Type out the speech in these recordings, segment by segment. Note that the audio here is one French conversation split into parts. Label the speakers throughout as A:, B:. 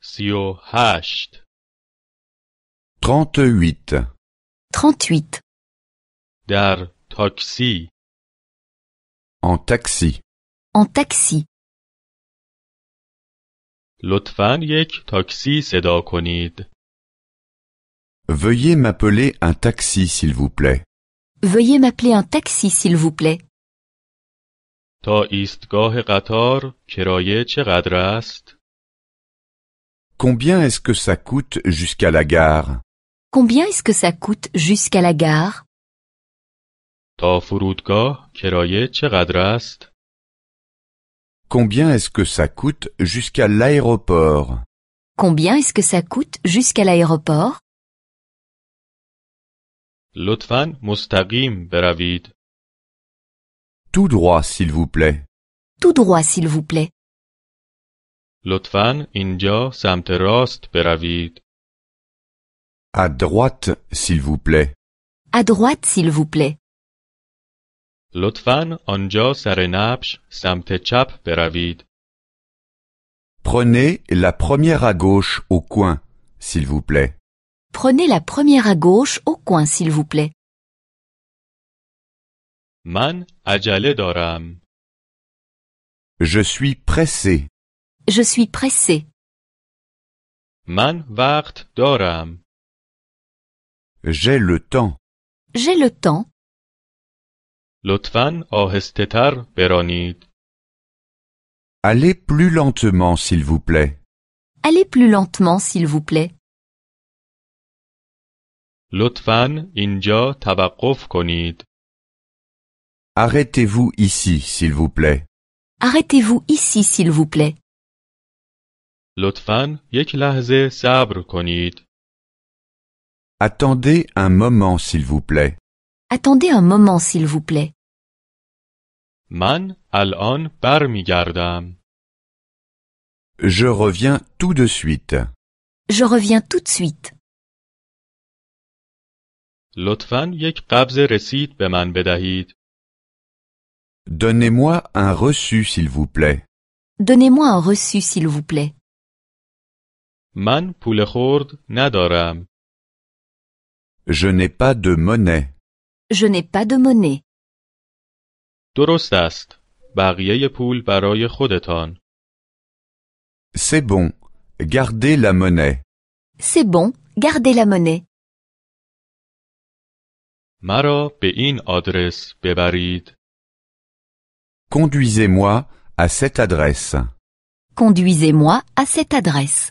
A: سی و هشت
B: 38.
C: 38.
A: در تاکسی
B: En taxi.
C: En taxi.
A: لطفا یک تاکسی صدا کنید
B: Veuillez m'appeler un taxi, s'il vous plaît.
C: Veuillez m'appeler un taxi, s'il vous plaît.
A: تا ایستگاه قطار کرایه چقدر است؟
B: Combien est-ce que ça coûte jusqu'à la gare
C: Combien est-ce que ça coûte jusqu'à la gare
A: تا فرودگاه کرایه چقدر است؟
B: Combien est-ce que ça coûte jusqu'à l'aéroport
C: Combien est-ce que ça coûte jusqu'à l'aéroport
A: لطفا مستقیم بروید
B: Tout droit, s'il vous plaît.
C: Tout droit, s'il vous plaît.
A: لطفا اینجا سمت راست بروید
B: À droite, s'il vous plaît.
C: À droite, s'il vous plaît.
A: لطفا آنجا سر نبش سمت چپ بروید
B: Prenez la première à gauche au coin, s'il vous plaît.
C: Prenez la première à gauche au coin, s'il vous plaît.
A: من عجله دارم
B: Je suis pressé.
C: Je suis pressé.
A: من وقت دارم
B: J'ai le temps.
C: J'ai le temps.
A: لطفا آهسته تر برانید
B: Allez plus lentement, s'il vous plaît.
C: Allez plus lentement, s'il vous plaît.
A: لطفا اینجا توقف کنید
B: Arrêtez-vous ici, s'il vous plaît.
C: Arrêtez-vous ici, s'il vous plaît.
A: لطفا یک لحظه صبر کنید
B: Attendez un moment, s'il vous plaît.
C: Attendez un moment, s'il vous plaît.
A: من الان برمیگردم
B: Je reviens tout de suite.
C: Je reviens tout de suite.
A: لطفا یک قبض رسید به من بدهید
B: Donnez-moi un reçu, s'il vous plaît.
C: Donnez-moi un reçu, s'il vous plaît.
A: من پول خورد ندارم
B: Je n'ai pas de monnaie.
C: Je n'ai pas de monnaie.
A: درست است بقیه پول برای خودتان
B: C'est bon. Gardez la monnaie.
C: C'est bon, gardez la monnaie.
A: مرا به این آدرس ببرید
B: Conduisez-moi à cette adresse.
C: Conduisez-moi à cette adresse.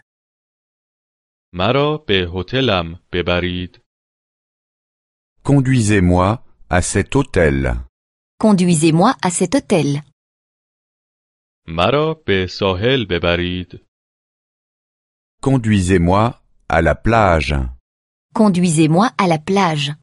A: مرا به هتلم ببرید
B: Conduisez-moi à cet hôtel.
C: Conduisez-moi à cet hôtel.
A: مرا به ساحل ببرید
B: Conduisez-moi à la plage.
C: Conduisez-moi à la plage.